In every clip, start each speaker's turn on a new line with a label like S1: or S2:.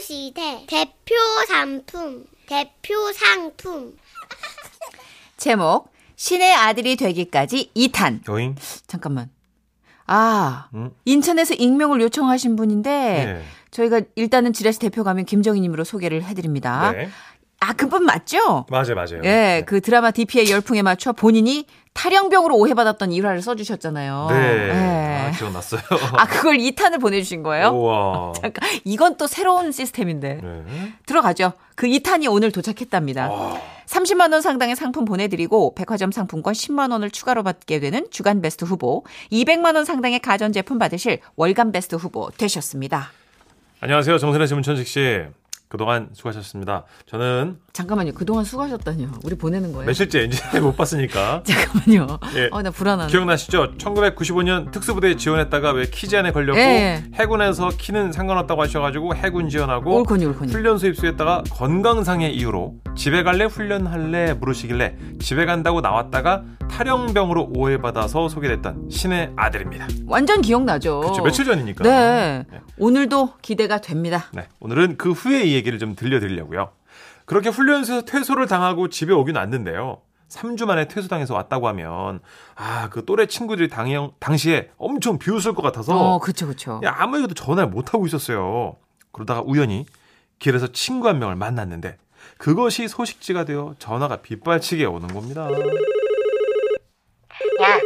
S1: 시대 대표 상품, 대표 상품.
S2: 제목 신의 아들이 되기까지 2탄.
S3: 여행?
S2: 잠깐만. 아
S3: 음?
S2: 인천에서 익명을 요청하신 분인데
S3: 네.
S2: 저희가 일단은 지라시 대표 가면 김정희님으로 소개를 해드립니다.
S3: 네.
S2: 아 그분 맞죠?
S3: 맞아요, 맞아요. 네.
S2: 예, 그 드라마 DP의 열풍에 맞춰 본인이 탈영병으로 오해받았던 일화를 써주셨잖아요.
S3: 네.
S2: 예.
S3: 아, 기억났어요.
S2: 아 그걸 2탄을 보내주신 거예요?
S3: 우와.
S2: 잠깐 이건 또 새로운 시스템인데
S3: 네.
S2: 들어가죠. 그 2탄이 오늘 도착했답니다.
S3: 아.
S2: 30만 원 상당의 상품 보내드리고 백화점 상품권 10만 원을 추가로 받게 되는 주간 베스트 후보, 200만 원 상당의 가전 제품 받으실 월간 베스트 후보 되셨습니다.
S3: 안녕하세요. 정선혜 씨, 문천식 씨. 그동안 수고하셨습니다. 저는
S2: 잠깐만요. 그동안 수고하셨다니요. 우리 보내는 거예요.
S3: 며칠째 엔진을 못 봤으니까.
S2: 잠깐만요.
S3: 예.
S2: 네. 어, 나 불안하네.
S3: 기억나시죠? 1995년 특수부대에 지원했다가 왜 키 제한에 걸렸고
S2: 예,
S3: 해군에서 키는 상관없다고 하셔가지고 해군 지원하고
S2: 올코니 올코니.
S3: 훈련 수입소에다가 건강상의 이유로 집에 갈래 훈련할래 물으시길래 집에 간다고 나왔다가 탈영병으로 오해받아서 소개됐던 신의 아들입니다.
S2: 완전 기억나죠.
S3: 그렇죠. 며칠 전이니까.
S2: 어. 네.
S3: 네.
S2: 오늘도 기대가 됩니다.
S3: 네, 오늘은 그 후에 이 얘기를 좀 들려드리려고요. 그렇게 훈련소에서 퇴소를 당하고 집에 오긴 왔는데요. 3주 만에 퇴소당해서 왔다고 하면 아, 그 또래 친구들이 당연, 당시에 엄청 비웃을 것
S2: 어,
S3: 같아서
S2: 그쵸, 그쵸.
S3: 야, 아무 얘기도 전화를 못하고 있었어요. 그러다가 우연히 길에서 친구 한 명을 만났는데 그것이 소식지가 되어 전화가 빗발치게 오는 겁니다.
S4: 야,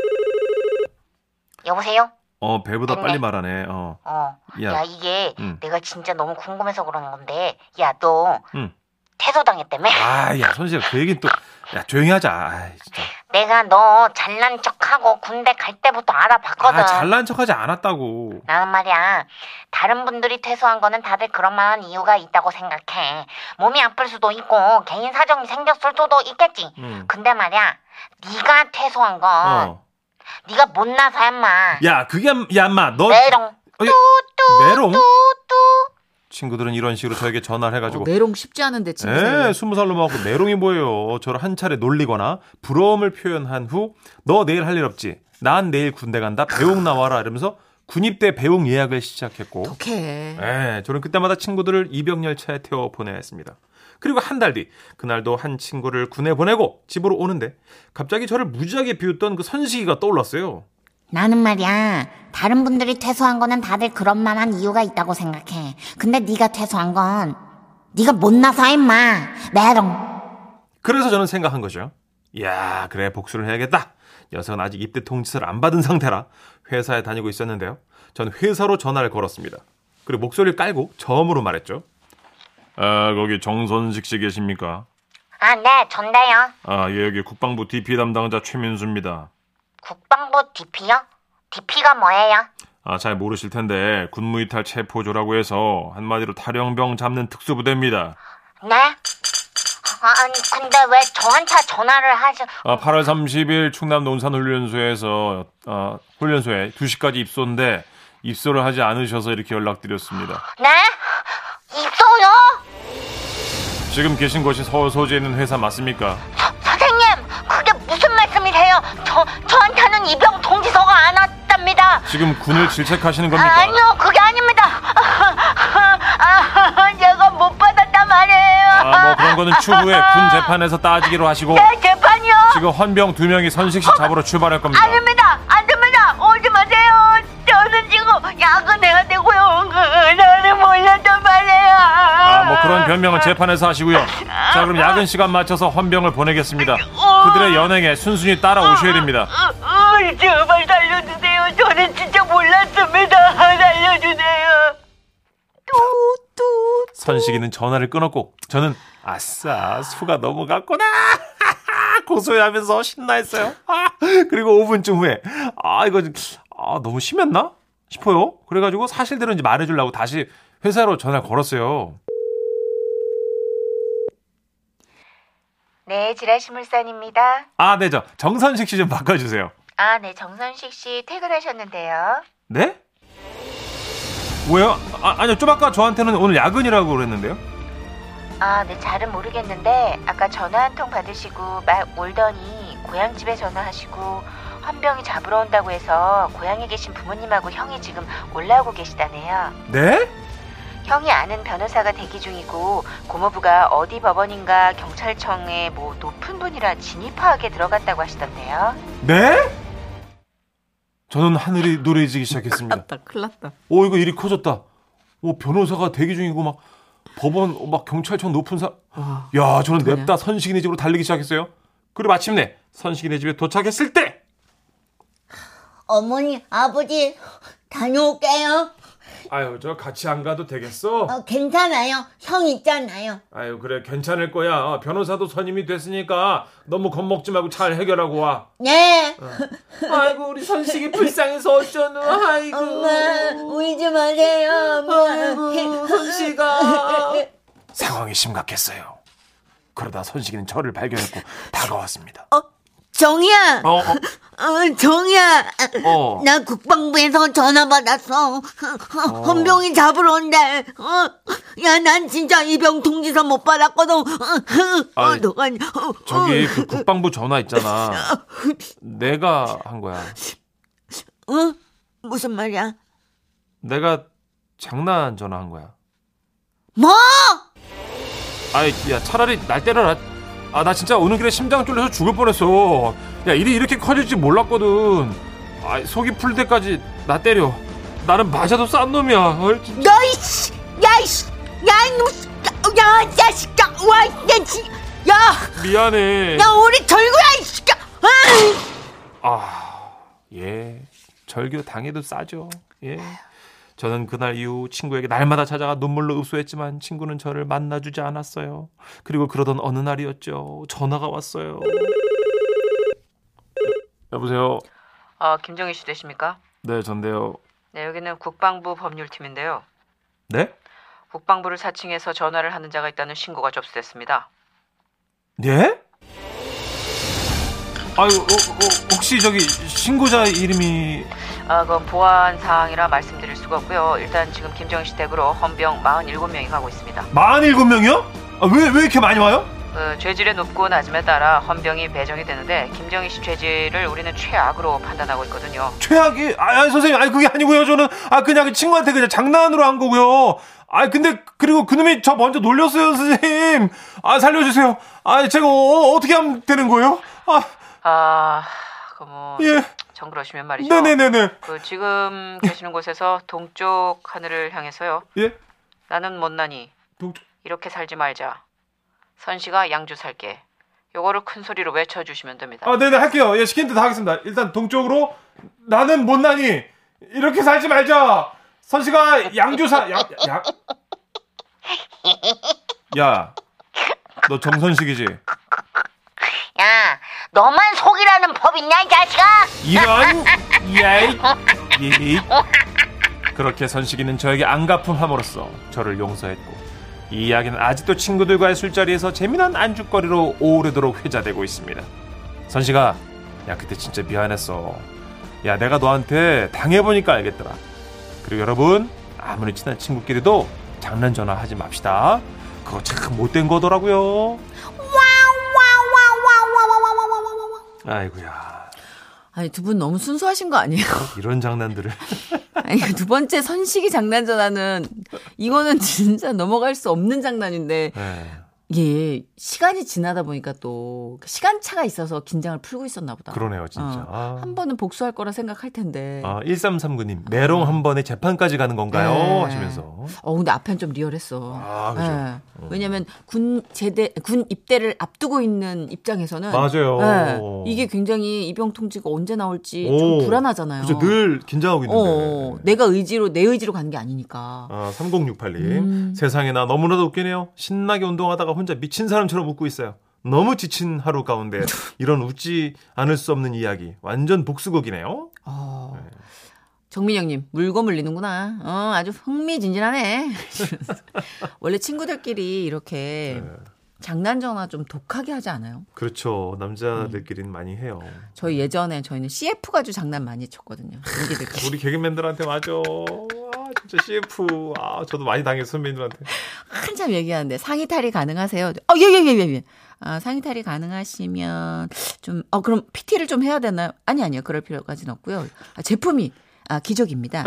S4: 여보세요?
S3: 어, 배보다
S4: 맞네.
S3: 빨리 말하네. 어.
S4: 어,
S3: 야.
S4: 야, 이게
S3: 음.
S4: 내가 진짜 너무 궁금해서 그러는 건데, 야, 너
S3: 음.
S4: 퇴소 당했다며?
S3: 아, 야, 선생님, 그 얘기는 또, 야, 조용히 하자. 아이, 진짜.
S4: 내가 너 잘난 척하고 군대 갈 때부터 알아봤거든.
S3: 아, 잘난 척 하지 않았다고.
S4: 나는 말이야, 다른 분들이 퇴소한 거는 다들 그럴 만한 이유가 있다고 생각해. 몸이 아플 수도 있고, 개인 사정이 생겼을 수도 있겠지.
S3: 음.
S4: 근데 말이야, 네가 퇴소한 건
S3: 어.
S4: 네가 못나서야 인마.
S3: 야, 그게 안- 야, 인마. 너
S4: 메롱.
S3: 어, 야, 메롱? 친구들은 이런 식으로 저에게 전화를 해 가지고
S2: 어, 내롱 쉽지 않은데, 진짜.
S3: 에, 네, 스무 살로 먹고 메롱이 뭐예요? 저를 한 차례 놀리거나 부러움을 표현한 후 너 내일 할 일 없지. 난 내일 군대 간다. 배웅 나와라 이러면서 군입대 배웅 예약을 시작했고
S2: 독해.
S3: 예, 저는 그때마다 친구들을 이병 열차에 태워 보냈습니다. 그리고 한 달 뒤, 그날도 한 친구를 군에 보내고 집으로 오는데 갑자기 저를 무지하게 비웃던 그 선식이가 떠올랐어요.
S4: 나는 말이야 다른 분들이 퇴소한 거는 다들 그런 만한 이유가 있다고 생각해 근데 네가 퇴소한 건 네가 못나서 임마 메롱
S3: 그래서 저는 생각한 거죠. 이야, 그래 복수를 해야겠다. 녀석은 아직 입대 통지서를 안 받은 상태라 회사에 다니고 있었는데요. 전 회사로 전화를 걸었습니다. 그리고 목소리를 깔고 저음으로 말했죠. 아, 거기 정선식 씨 계십니까?
S4: 아 네 전데요
S3: 아, 예, 여기 국방부 DP 담당자 최민수입니다.
S4: 국방부 DP요? DP가 뭐예요?
S3: 아, 잘 모르실 텐데 군무이탈 체포조라고 해서 한마디로 탈영병 잡는 특수부대입니다.
S4: 네? 아, 아니 근데 왜 저한테 전화를 하시
S3: 아, 8월 30일 충남 논산훈련소에서 어, 훈련소에 2시까지 입소인데 입소를 하지 않으셔서 이렇게 연락드렸습니다.
S4: 네? 있어요?
S3: 지금 계신 곳이 서울 소재 있는 회사 맞습니까?
S4: 서, 선생님 그게 무슨 말씀이세요? 저, 저한테는 이병 동지서가 안 왔답니다
S3: 지금 군을 질책하시는 겁니까?
S4: 아, 아니요, 그게 아닙니다. 아, 제가 못 받았단 말이에요.
S3: 아, 뭐 그런 거는 추후에 군 재판에서 따지기로 하시고
S4: 네, 재판이요.
S3: 지금 그러니까. 헌병 두 명이 선식 씨 잡으러 출발할 겁니다.
S4: 아닙니다. 안 됩니다. 오지 마세요. 저는 지금 야근해야 되고요. 그날을 몰랐단 말이에요.
S3: 아, 뭐 그런 변명은 재판에서 하시고요. 자, 그럼 야근 시간 맞춰서 헌병을 보내겠습니다. 그들의 연행에 순순히 따라오셔야 됩니다.
S4: 어, 제발 살려주세요. 저는 진짜 몰랐습니다. 살려주세요.
S3: 선식이는 전화를 끊었고 저는 아싸 수가 넘어갔구나 고소해하면서 신나했어요. 아, 그리고 5분쯤 후에 아 이거 아, 너무 심했나 싶어요. 그래가지고 사실대로 이제 말해주려고 다시 회사로 전화 를 걸었어요.
S4: 네, 지라시물산입니다.
S3: 아, 네, 저 정선식 씨 좀 바꿔주세요.
S4: 아, 네, 정선식 씨 퇴근하셨는데요.
S3: 네? 왜요? 아, 아니요, 좀 아까 저한테는 오늘 야근이라고 그랬는데요.
S4: 아, 네, 잘은 모르겠는데 아까 전화 한 통 받으시고 막 올더니 고향집에 전화하시고 헌병이 잡으러 온다고 해서 고향에 계신 부모님하고 형이 지금 올라오고 계시다네요.
S3: 네?
S5: 형이 아는 변호사가 대기 중이고 고모부가 어디 법원인가 경찰청에 뭐 높은 분이라 진입하게 들어갔다고 하시던데요.
S3: 네? 저는 하늘이 노래지기 시작했습니다.
S2: 큰일 났다.
S3: 오 이거 일이 커졌다. 오 변호사가 대기 중이고 막 법원 어, 막 경찰청 높은 사.
S2: 와.
S3: 야 저는
S2: 어떡하냐.
S3: 냅다 선식이네 집으로 달리기 시작했어요. 그리고 마침내 선식이네 집에 도착했을 때
S6: 어머니, 아버지, 다녀올게요.
S3: 아유 저 같이 안 가도 되겠어?
S6: 어, 괜찮아요. 형 있잖아요.
S3: 아유 그래 괜찮을 거야. 어, 변호사도 선임이 됐으니까 너무 겁먹지 말고 잘 해결하고 와. 어.
S6: 네.
S3: 아이고 우리 선식이 불쌍해서 어쩌노. 아이고
S6: 엄마, 울지 마세요, 엄마.
S3: 선식아. 상황이 심각했어요. 그러다 선식이는 저를 발견했고 다가왔습니다.
S6: 어, 정이야,
S3: 어,
S6: 어, 정이야.
S3: 어.
S6: 나 국방부에서 전화 받았어. 헌병이 잡으러 온대. 어, 야, 난 진짜 이병 통지서 못 받았거든. 어,
S3: 아이,
S6: 너가, 어,
S3: 저기 그 국방부 전화 있잖아. 내가 한 거야.
S6: 어, 어? 무슨 말이야?
S3: 내가 장난 전화한 거야.
S6: 뭐?
S3: 아이 야 차라리 날 때려라. 아 나 진짜 오는 길에 심장 쫄려서 죽을 뻔했어. 야 일이 이렇게 커질 줄 몰랐거든. 아 속이 풀 때까지 나 때려. 나는 맞아도 싼 놈이야. 어이, 진짜.
S6: 너 이씨, 야 이씨, 야 이놈, 야 자식아, 와, 야 지, 야,
S3: 미안해.
S6: 야 우리 절구야 이씨가, 아,
S3: 아, 예. 절교 당해도 싸죠. 예. 저는 그날 이후 친구에게 날마다 찾아가 눈물로 읍소했지만 친구는 저를 만나주지 않았어요. 그리고 그러던 어느 날이었죠. 전화가 왔어요. 여보세요.
S5: 어, 김정희 씨 되십니까?
S3: 네, 전데요.
S5: 네, 여기는 국방부 법률팀인데요.
S3: 네?
S5: 국방부를 사칭해서 전화를 하는 자가 있다는 신고가 접수됐습니다.
S3: 네? 아유, 어, 어, 혹시 저기 신고자 이름이
S5: 아, 그건 보안 사항이라 말씀드릴 수가 없고요. 일단 지금 김정희 씨 댁으로 헌병 47명이 가고 있습니다.
S3: 47명이요? 아, 왜, 왜 이렇게 많이 와요?
S5: 그 죄질의 높고 낮음에 따라 헌병이 배정이 되는데 김정희 씨 죄질을 우리는 최악으로 판단하고 있거든요.
S3: 최악이 아, 아니, 선생님 아니 그게 아니고요 저는 아 그냥 그 친구한테 그냥 장난으로 한 거고요 아 근데 그리고 그놈이 저 먼저 놀렸어요 선생님 아 살려주세요 아 제가 어, 떻게 하면 되는 거예요
S5: 아, 그뭐
S3: 아예
S5: 정 그러시면 말이죠.
S3: 네네네네
S5: 그 지금 계시는 곳에서 동쪽 하늘을 향해서요.
S3: 예
S5: 나는 못나니
S3: 동쪽-
S5: 이렇게 살지 말자. 선씨가 양주 살게. 요거를 큰 소리로 외쳐주시면 됩니다.
S3: 아 네네 할게요 예 시킨 대로 다 하겠습니다 일단 동쪽으로 나는 못나니 이렇게 살지 말자 선씨가 양주사 양야너 정선식이지
S4: 야, 너만 속이라는 법 있냐, 이 자식아?
S3: 이런 야이 이 그렇게 선식이는 저에게 안가품함으로써 저를 용서했고 이 이야기는 아직도 친구들과의 술자리에서 재미난 안주거리로 오래도록 회자되고 있습니다. 선식아, 야 그때 진짜 미안했어. 야 내가 너한테 당해보니까 알겠더라. 그리고 여러분 아무리 친한 친구끼리도 장난 전화 하지 맙시다. 그거 참 못된 거더라고요. 아이고야
S2: 아니 두 분 너무 순수하신 거 아니에요?
S3: 이런 장난들을.
S2: 아니 두 번째 선식이 장난 전화는 이거는 진짜 넘어갈 수 없는 장난인데
S3: 네.
S2: 예 시간이 지나다 보니까 또 시간 차가 있어서 긴장을 풀고 있었나 보다.
S3: 그러네요, 진짜. 아.
S2: 한 번은 복수할 거라 생각할 텐데.
S3: 아, 1339님, 메롱 한 번에 재판까지 가는 건가요?
S2: 네.
S3: 하시면서.
S2: 어 근데 앞에는 좀 리얼했어.
S3: 아, 그죠.
S2: 예. 왜냐면 군 제대 군 입대를 앞두고 있는 입장에서는
S3: 맞아요.
S2: 예. 네. 이게 굉장히 입영 통지가 언제 나올지
S3: 오.
S2: 좀 불안하잖아요.
S3: 그죠, 늘 긴장하고
S2: 어, 어,
S3: 있는데. 네.
S2: 내가 의지로 내 의지로 간 게 아니니까.
S3: 아, 3068님.
S2: 음.
S3: 세상에나 너무나도 웃기네요. 신나게 운동하다가 혼자 미친 사람처럼 웃고 있어요. 너무 지친 하루 가운데 이런 웃지 않을 수 없는 이야기. 완전 복수극이네요.
S2: 어. 정민영님 물고 물리는구나. 어 아주 흥미진진하네. 원래 친구들끼리 이렇게
S3: 네.
S2: 장난 전화 좀 독하게 하지 않아요?
S3: 그렇죠. 남자들끼리는 많이 해요.
S2: 저희
S3: 네.
S2: 예전에 저희는 CF 가지고 장난 많이 쳤거든요. 동기들끼리.
S3: 우리 개그맨들한테 맞아. 아, 진짜 CF. 아, 저도 많이 당했어, 선배님들한테.
S2: 한참 얘기하는데 상의 탈이 가능하세요? 어, 예, 예, 예, 예, 예. 아, 상의 탈이 가능하시면 좀, 어, 그럼 PT를 좀 해야 되나요? 아니, 아니요. 그럴 필요까지는 없고요. 아, 제품이, 아, 기적입니다.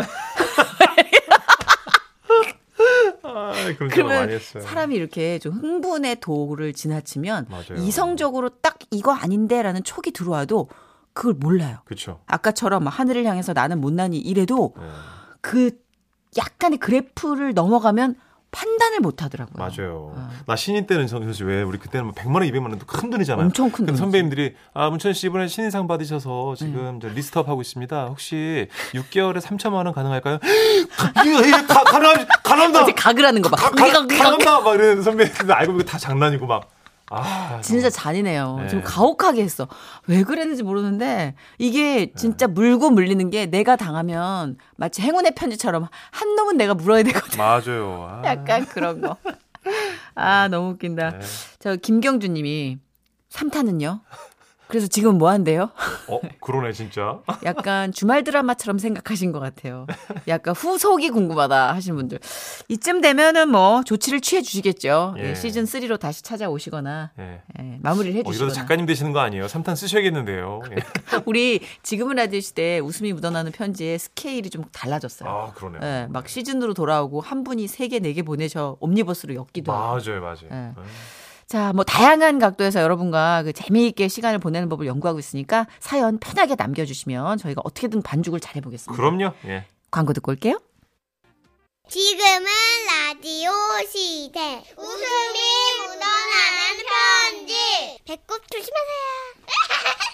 S3: 아, 그런 생각 많이
S2: 그러면
S3: 했어요.
S2: 사람이 이렇게 좀 흥분의 도를 지나치면
S3: 네. 맞아요.
S2: 이성적으로 딱 이거 아닌데라는 촉이 들어와도 그걸 몰라요.
S3: 그렇죠.
S2: 아까처럼 하늘을 향해서 나는 못나니 이래도
S3: 네,
S2: 그 약간의 그래프를 넘어가면 판단을 못 하더라고요.
S3: 맞아요.
S2: 아.
S3: 나 신인 때는 전 사실 왜 우리 그때는 뭐 100만 원, 200만 원도 큰 돈이잖아요.
S2: 엄청 큰
S3: 근데
S2: 돈이지.
S3: 선배님들이 아 문천 씨 이번에 신인상 받으셔서
S2: 음.
S3: 지금 저 리스트업 하고 있습니다. 혹시 6개월에 3천만 원 가능할까요? 예, 예, 가- 가능 가능합니다.
S2: 어제 각을 아! 하는 거 봐.
S3: 가- 가능합니다. 막 이러는 선배님들 알고 보니까 다 장난이고 막. 아
S2: 진짜 잔인해요.
S3: 네.
S2: 지금 가혹하게 했어. 왜 그랬는지 모르는데 이게
S3: 네.
S2: 진짜 물고 물리는 게 내가 당하면 마치 행운의 편지처럼 한 놈은 내가 물어야 되거든.
S3: 맞아요. 아.
S2: 약간 그런 거. 아, 너무 웃긴다.
S3: 네.
S2: 저 김경주 님이 삼타는요? 그래서 지금 뭐 한대요?
S3: 어 그러네 진짜.
S2: 약간 주말 드라마처럼 생각하신 것 같아요. 약간 후속이 궁금하다 하신 분들. 이쯤 되면은 뭐 조치를 취해 주시겠죠.
S3: 예.
S2: 예, 시즌 3로 다시 찾아오시거나
S3: 예.
S2: 예, 마무리를 해
S3: 어, 이러다
S2: 주시거나.
S3: 작가님 되시는 거 아니에요? 3탄 쓰셔야겠는데요. 예.
S2: 우리 지금은 라디오 시대에 웃음이 묻어나는 편지의 스케일이 좀 달라졌어요.
S3: 아, 그러네요.
S2: 예, 막 시즌으로 돌아오고 한 분이 세 개, 네 개 보내셔 옴니버스로 엮기도 하고.
S3: 맞아요, 맞아요. 네.
S2: 예. 자, 뭐 다양한 각도에서 여러분과 그 재미있게 시간을 보내는 법을 연구하고 있으니까 사연 편하게 남겨주시면 저희가 어떻게든 반죽을 잘해보겠습니다.
S3: 그럼요. 예.
S2: 광고 듣고 올게요.
S1: 지금은 라디오 시대. 웃음이 묻어나는 편지. 배꼽 조심하세요.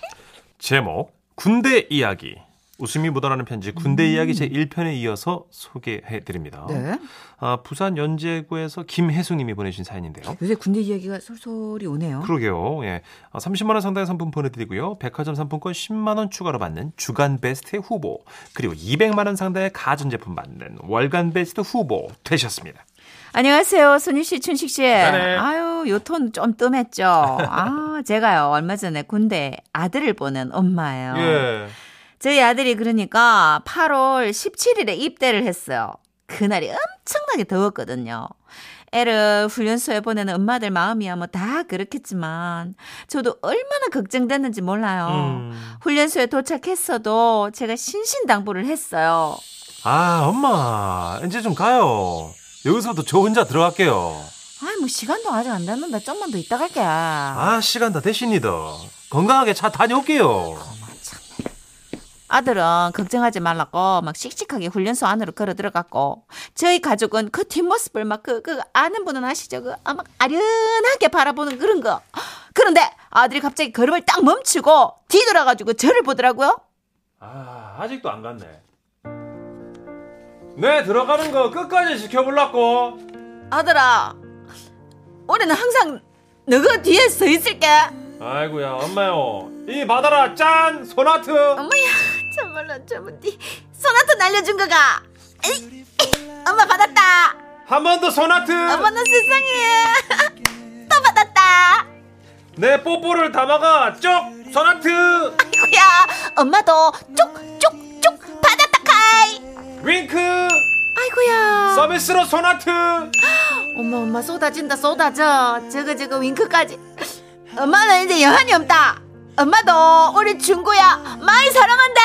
S3: 제목 군대 이야기. 웃음이 묻어나는 편지 군대 이야기 제 1편에 이어서 소개해 드립니다.
S2: 네.
S3: 아, 부산 연제구에서 김혜수 님이 보내주신 사연인데요.
S2: 요새 군대 이야기가 솔솔이 오네요.
S3: 그러게요. 예. 아, 30만 원 상당의 상품 보내 드리고요. 백화점 상품권 10만 원 추가로 받는 주간 베스트 후보, 그리고 200만 원 상당의 가전 제품 받는 월간 베스트 후보 되셨습니다.
S2: 안녕하세요, 손희 씨, 춘식 씨.
S3: 네네.
S2: 아유, 요 톤 좀 뜸했죠. 아, 제가요 얼마 전에 군대 아들을 보낸 엄마예요.
S3: 예.
S2: 저희 아들이 그러니까 8월 17일에 입대를 했어요. 그날이 엄청나게 더웠거든요. 애를 훈련소에 보내는 엄마들 마음이야 뭐 다 그렇겠지만 저도 얼마나 걱정됐는지 몰라요.
S3: 음.
S2: 훈련소에 도착했어도 제가 신신당부를 했어요.
S3: 아, 엄마, 이제 좀 가요. 여기서부터 저 혼자 들어갈게요.
S2: 아이 뭐 시간도 아직 안 됐는데 좀만 더 이따 갈게.
S3: 아, 시간 다 되십니다. 건강하게 차 다녀올게요.
S2: 아들은 걱정하지 말라고 막 씩씩하게 훈련소 안으로 걸어 들어갔고 저희 가족은 그 뒷모습을 막 그 그 아는 분은 아시죠 그 막 아련하게 바라보는 그런 거 그런데 아들이 갑자기 걸음을 딱 멈추고 뒤돌아가지고 저를 보더라고요
S3: 아, 아직도 안 갔네. 네, 들어가는 거 끝까지 지켜보려고.
S2: 아들아 올해는 항상 너가 뒤에 서 있을게
S3: 아이고야, 엄마요. 이 받아라, 짠! 소나트!
S2: 정말로 저분이 소나타 날려준 거가 에이, 에이, 엄마 받았다
S3: 한 번 더 소나트!
S2: 엄마 나 세상에 또 받았다
S3: 내 뽀뽀를 담아가, 쪽! 소나트!
S2: 야 엄마도 쪽쪽쪽 받았다 카이
S3: 윙크!
S2: 아이고야
S3: 서비스로 소나트!
S2: 엄마 엄마 쏟아진다 쏟아져 저거 저거 윙크까지 엄마는 이제 여한이 없다 엄마도 우리 준구야 많이 사랑한다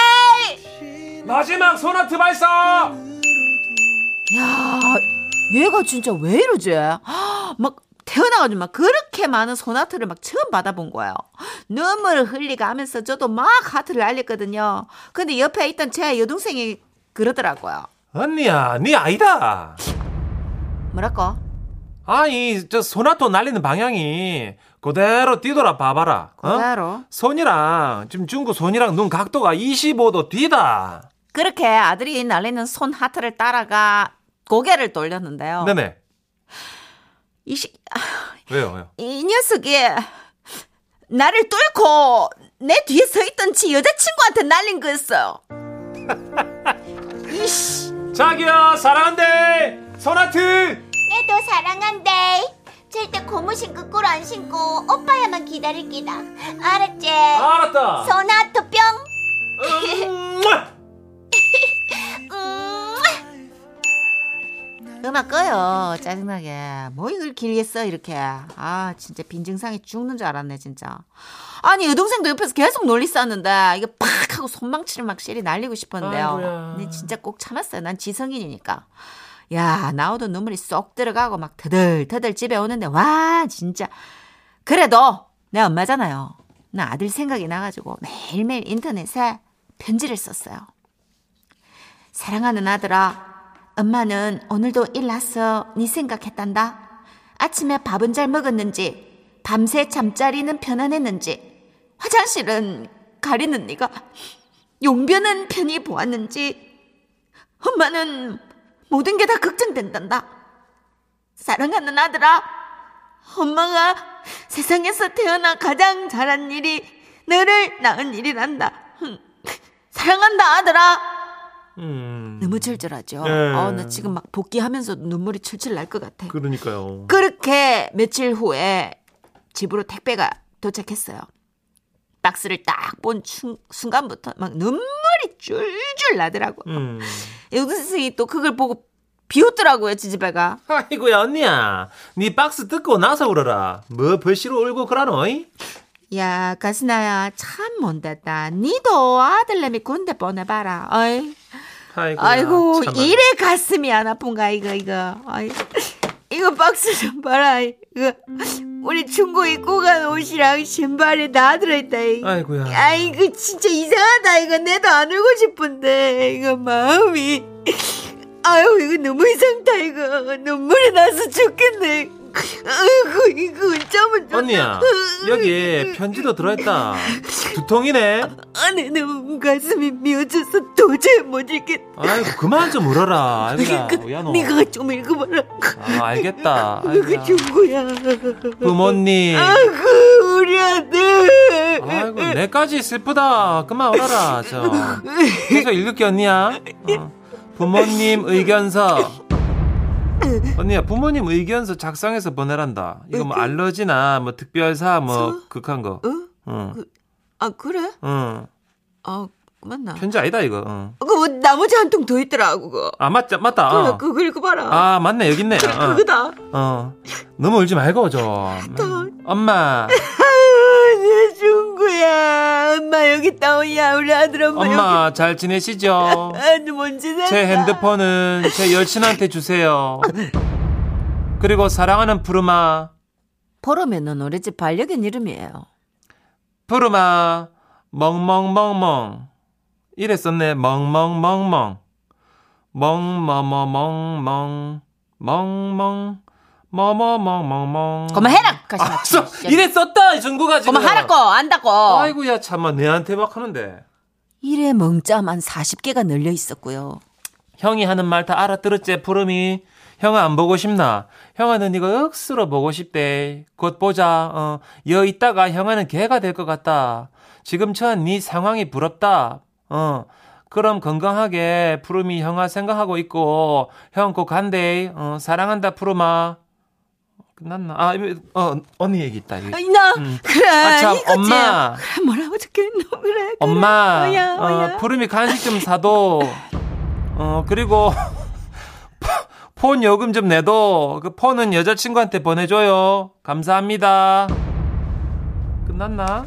S3: 마지막 소나트 발사!
S2: 야 얘가 진짜 왜 이러지 헉, 막 태어나가지고 막 그렇게 많은 소나트를 막 처음 받아본 거예요 눈물을 흘리가면서 저도 막 하트를 날렸거든요 근데 옆에 있던 제 여동생이 그러더라고요
S3: 언니야, 네 아이다.
S2: 뭐랄까
S3: 아니, 저 소나토 날리는 방향이 그대로 뛰더라 봐봐라. 어?
S2: 그대로
S3: 손이랑 지금 중구 손이랑 눈 각도가 25도 뒤다.
S2: 그렇게 아들이 날리는 손 하트를 따라가 고개를 돌렸는데요.
S3: 네네.
S2: 어. 이, 시-
S3: 왜요, 왜요?
S2: 이 녀석이 나를 뚫고 내 뒤에 서 있던 지 여자친구한테 날린 거였어요.
S3: 자기야, 사랑한대. 소나트.
S1: 내도 사랑한대. 절대 고무 신고 꿀 안 신고 오빠야만 기다릴게다. 알았지?
S3: 아. 알았다.
S1: 어? 소나토 뿅.
S3: 음, 무아!
S1: 음.
S6: 아,
S2: 음악 꺼요. 짜증나게. 뭐 이걸 길게 써 이렇게. 아 진짜 빈증상이 죽는 줄 알았네 진짜. 아니 여동생도 옆에서 계속 논리 쌓는데 이게 팍 하고 손망치를 막 실이 날리고 싶었는데요.
S3: 아이고야.
S2: 근데 진짜 꼭 참았어요. 난 지성인이니까.
S6: 야, 나오던 눈물이 쏙 들어가고 막 터들터들 집에 오는데, 와, 진짜. 그래도 내 엄마잖아요. 나 아들 생각이 나가지고 매일매일 인터넷에 편지를 썼어요. 사랑하는 아들아, 엄마는 오늘도 일 났어. 네 생각했단다. 아침에 밥은 잘 먹었는지, 밤새 잠자리는 편안했는지, 화장실은 가리는 네가 용변은 편히 보았는지, 엄마는 모든 게 다 걱정된단다. 사랑하는 아들아, 엄마가 세상에서 태어나 가장 잘한 일이 너를 낳은 일이란다. 흠. 사랑한다, 아들아.
S3: 음.
S6: 너무 절절하죠.
S3: 예.
S6: 어, 나 지금 막 복귀하면서 눈물이 출출 날 것 같아.
S3: 그러니까요.
S6: 그렇게 며칠 후에 집으로 택배가 도착했어요. 박스를 딱 본 순간부터 막 눈물이 줄줄 나더라고. 요
S3: 음.
S6: 영수증이 또 그걸 보고 비웃더라고요, 지지배가.
S3: 아이고야 언니야, 네 박스 뜯고 나서 울어라. 뭐 벌시로 울고 그러노이?
S6: 야, 가스나야, 참 못됐다. 니도 아들내미 군대 보내봐라. 어이.
S3: 아이고,
S6: 아이고, 이래 가슴이 안 아픈가, 이거, 이거. 어이. 이거 박스 좀 봐라. 이거. 우리 중고 입고 간 옷이랑 신발이 다 들어있다, 이거.
S3: 아이고야.
S6: 아이고 진짜 이상하다 이거 내도 안 울고 싶은데 이거 마음이 아유 이거 너무 이상다 이거 눈물이 나서 죽겠네 아이고 이거 어쩌면 좋나.
S3: 언니야, 여기 편지도 들어있다. 두통이네.
S6: 안에 너무 가슴이 미어져서 도저히 못 읽겠다
S3: 아이고 그만 좀 울어라. 아이고야,
S6: 그
S3: 야 너.
S6: 네가 좀 읽어봐라
S3: 아, 알겠다.
S6: 이거
S3: 아이고야.
S6: 그 중고야
S3: 부모님.
S6: 아이고 우리 아들
S3: 아이고 내까지 슬프다. 그만 울어라. 저 계속 읽을게 언니야. 어. 부모님 의견서. 언니야 부모님 의견서 작성해서 보내란다. 이거
S6: 그-
S3: 뭐 알러지나 뭐 특별사 뭐 극한 거.
S6: 응?
S3: 응.
S6: 어? 아 그래?
S3: 응.
S6: 아 맞나?
S3: 편지 아니다 이거. 응.
S6: 그거 뭐 나머지 한 통 더 있더라고 그거
S3: 아 맞다 맞다. 어.
S6: 그거 읽어봐라
S3: 아 맞네 여기 있네. 어.
S6: 그거다
S3: 어. 너무 울지 말고 좀. 음. 엄마.
S6: 아내 중구야 엄마 여기 따오야 우리 아들 엄마, 여기
S3: 엄마 잘 지내시죠?
S6: 아들 뭔지 내
S3: 제 핸드폰은 제 여친한테 주세요. 그리고 사랑하는 푸르마,
S6: 포럼에는 우리 집 반려견 이름이에요
S3: 푸르마, 멍멍멍멍. 이랬었네, 멍멍멍멍. 멍머머멍멍, 멍멍, 머머멍멍멍.
S6: 그만해라
S3: 아, 써, 이랬었다, 중국아 지금.
S6: 안다고
S3: 아이고야, 참아, 내한테 막 하는데.
S6: 이래 멍짜만 40개가 늘려 있었고요
S3: 형이 하는 말 다 알아들었지, 푸름이. 형아, 안 보고 싶나? 형아는 이거 억수로 보고 싶대. 곧 보자. 어, 여 있다가 형아는 개가 될 것 같다. 지금 처네 상황이 부럽다. 어, 그럼 건강하게 푸름이 형아 생각하고 있고, 형 곧 간대. 어, 사랑한다, 푸름아. 끝났나? 아, 이거, 어, 언니 얘기 있다. 이거.
S6: 나
S3: 음.
S6: 그래
S3: 아, 참,
S6: 이거지
S3: 엄마.
S6: 그래 뭐라고 적혀있노 그래
S3: 엄마,
S6: 어야, 어야.
S3: 어, 푸름이 간식 좀 사도. 어, 그리고 폰- 폰 요금 좀 내도 그 폰은 여자친구한테 보내줘요. 감사합니다. 끝났나?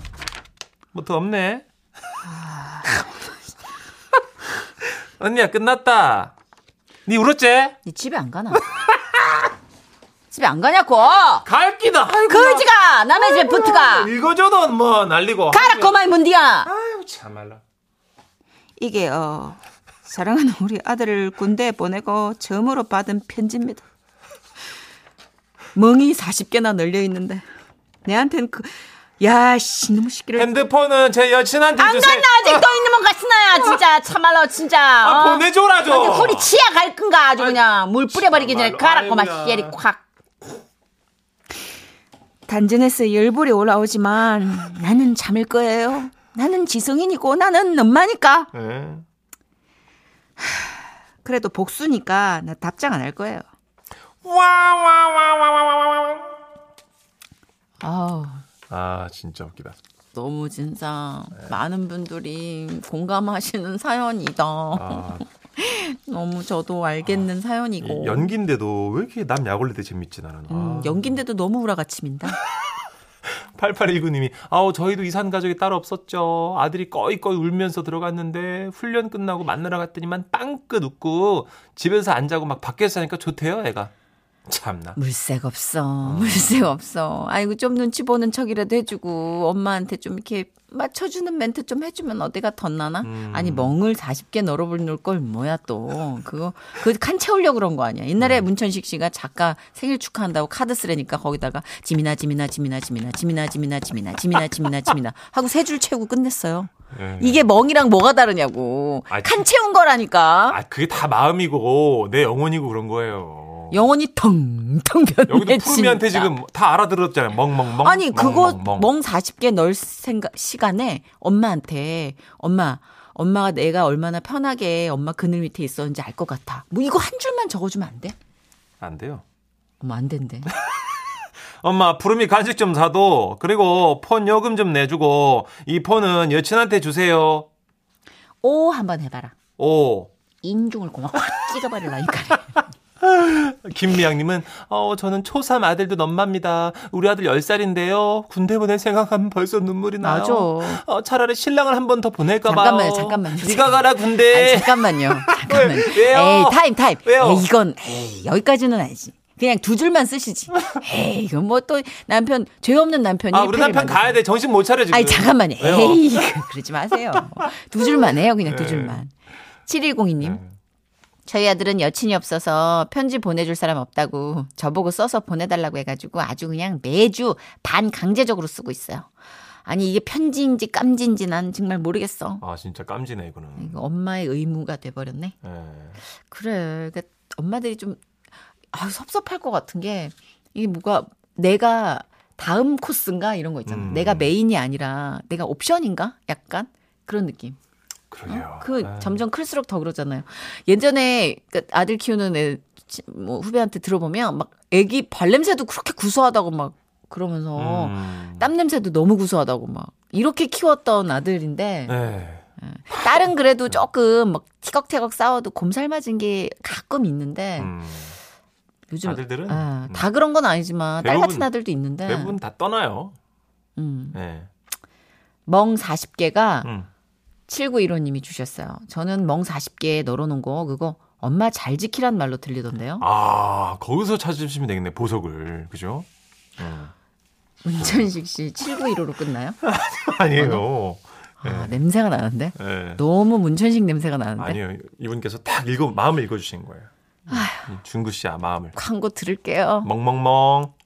S3: 뭐 더 없네. 언니야 끝났다. 니 울었제?
S6: 니 집에 안 가나 집에 안 가냐고
S3: 갈 기다. 아이고.
S6: 그 거지가 남의 집에 붙어가
S3: 읽어줘도 뭐 날리고.
S6: 가라 그만 문디야
S3: 아유 참말로.
S6: 이게 어 사랑하는 우리 아들을 군대에 보내고 처음으로 받은 편지입니다. 멍이 40개나 널려 있는데 내한텐 그 야씨 너무 시끼를
S3: 핸드폰은 제 여친한테
S6: 안
S3: 주세요.
S6: 갔나 아직도 있는 것 같으나야 진짜 참말로 진짜
S3: 아,
S6: 어?
S3: 보내줘라 좀.
S6: 완전 허리 치야 갈 건가 아주 그냥 물 뿌려버리기 전에
S3: 참말로.
S6: 가라고 막
S3: 아이고야.
S6: 시리 콱 단전에서 열불이 올라오지만 나는 잠일 거예요 나는 지성인이고 나는 엄마니까
S3: 예.
S6: 그래도 복수니까 나 답장 안 할 거예요. 아우
S3: 아 진짜 웃기다.
S6: 너무 진짜 많은 분들이 공감하시는 사연이다.
S3: 아,
S6: 너무 저도 알겠는
S3: 이
S2: 예,
S6: 사연이고.
S3: 연기인데도 왜 이렇게 남 약올릴 때 재밌지 나는. 아.
S6: 음, 연기인데도 너무 우라같이 민다.
S3: 8819님이 아우 저희도 이산 가족이 따로 없었죠. 아들이 꺼이꺼이 울면서 들어갔는데 훈련 끝나고 만나러 갔더니만 빵끝 웃고 집에서 안 자고 막 밖에서 하니까 좋대요, 애가. 참나.
S2: 물색 없어.
S6: 아.
S2: 물색 없어. 아이고, 좀 눈치 보는 척이라도 해주고, 엄마한테 좀 이렇게 맞춰주는 멘트 좀 해주면 어디가 덧나나?
S3: 음.
S2: 아니, 멍을 40개 널어버릴 걸 뭐야, 또. 그거, 그 칸 채우려고 그런 거 아니야.
S3: 음.
S2: 옛날에 문천식 씨가 작가 생일 축하한다고 카드 쓰라니까 거기다가 지민아, 지민아, 지민아, 지민아, 지민아, 지민아, 지민아, 지민아, 지민아, 지민아. 하고 세 줄 채우고 끝냈어요.
S3: 예.
S2: 이게 멍이랑 뭐가 다르냐고.
S3: 아,
S2: 칸 채운 거라니까.
S3: 아, 그게 다 마음이고 내 영혼이고 그런 거예요.
S2: 영원히 텅텅 변해.
S3: 여기도 푸르미한테 지금 다 알아들었잖아요. 멍멍멍.
S2: 아니 그거
S3: 멍멍멍.
S2: 멍 40개 넣을 생각 시간에 엄마한테 엄마 엄마가 내가 얼마나 편하게 엄마 그늘 밑에 있었는지 알 것 같아. 뭐 이거 한 줄만 적어주면 안 돼?
S3: 안 돼요.
S2: 어머 안 된대.
S3: 엄마 푸르미 간식 좀 사도 그리고 폰 요금 좀 내주고 이 폰은 여친한테 주세요.
S2: 오 한번 해봐라.
S3: 오.
S2: 인중을 그냥 확 찍어버리라니까.
S3: 김미양님은 어 저는 초삼 아들도 엄마입니다. 우리 아들 10살인데요. 군대 보낼 생각하면 벌써 눈물이 나요.
S2: 맞아.
S3: 어, 차라리 신랑을 한 번 더 보낼까 봐요.
S2: 잠깐만요, 잠깐만요.
S3: 네가 가라 군대.
S2: 아니, 잠깐만요. 잠깐만.
S3: 왜, 왜요?
S2: 에이 타임 타임.
S3: 왜요?
S2: 에이, 이건 에이 여기까지는 아니지. 그냥 두 줄만 쓰시지. 에이 이건 뭐 또 남편 죄 없는 남편이
S3: 아, 우리
S2: 패를
S3: 남편
S2: 만드는
S3: 가야 돼. 정신 못 차려 지금.
S2: 아니 잠깐만요.
S3: 네, 왜요? 네.
S2: 에이 그러지 마세요. 두 줄만 해요. 그냥 두 줄만. 7102님. 저희 아들은 여친이 없어서 편지 보내줄 사람 없다고 저보고 써서 보내달라고 해가지고 아주 그냥 매주 반 강제적으로 쓰고 있어요. 아니 이게 편지인지 깜지인지 난 정말 모르겠어.
S3: 아 진짜 깜지네 이거는.
S2: 이거 엄마의 의무가 돼버렸네.
S3: 예.
S2: 그래. 그러니까 엄마들이 좀 아, 섭섭할 것 같은 게 이게 뭐가 내가 다음 코스인가 이런 거 있잖아.
S3: 음.
S2: 내가 메인이 아니라 내가 옵션인가? 약간 그런 느낌.
S3: 그러게요.
S2: 그
S3: 예.
S2: 점점 클수록 더 그러잖아요. 예전에 그 아들 키우는 애, 치- 뭐 후배한테 들어보면 막 애기 발냄새도 그렇게 구수하다고 막 그러면서
S3: 음.
S2: 땀 냄새도 너무 구수하다고 막 이렇게 키웠던 아들인데 네.
S3: 예.
S2: 딸은 그래도 조금 막 티격태격 싸워도 곰살 맞은 게 가끔 있는데
S3: 음.
S2: 요즘
S3: 아들들은
S2: 아,
S3: 음.
S2: 다 그런 건 아니지만 딸
S3: 대부분-
S2: 같은 아들도 있는데
S3: 대부분 다 떠나요.
S2: 음,
S3: 예.
S2: 멍 40개가
S3: 음.
S2: 7915님이 주셨어요. 저는 멍 40개 널어놓은 거 그거 엄마 잘 지키란 말로 들리던데요.
S3: 아 거기서 찾으시면 되겠네 보석을 그죠? 음.
S2: 문천식 씨 7915로 끝나요?
S3: 아니에요.
S2: 아, 냄새가 나는데?
S3: 예.
S2: 너무 문천식 냄새가 나는데?
S3: 네. 아니에요. 이분께서 딱 읽어 마음을 읽어주신 거예요. 이 준구 씨야 마음을.
S2: 광고 들을게요.
S3: 멍멍멍.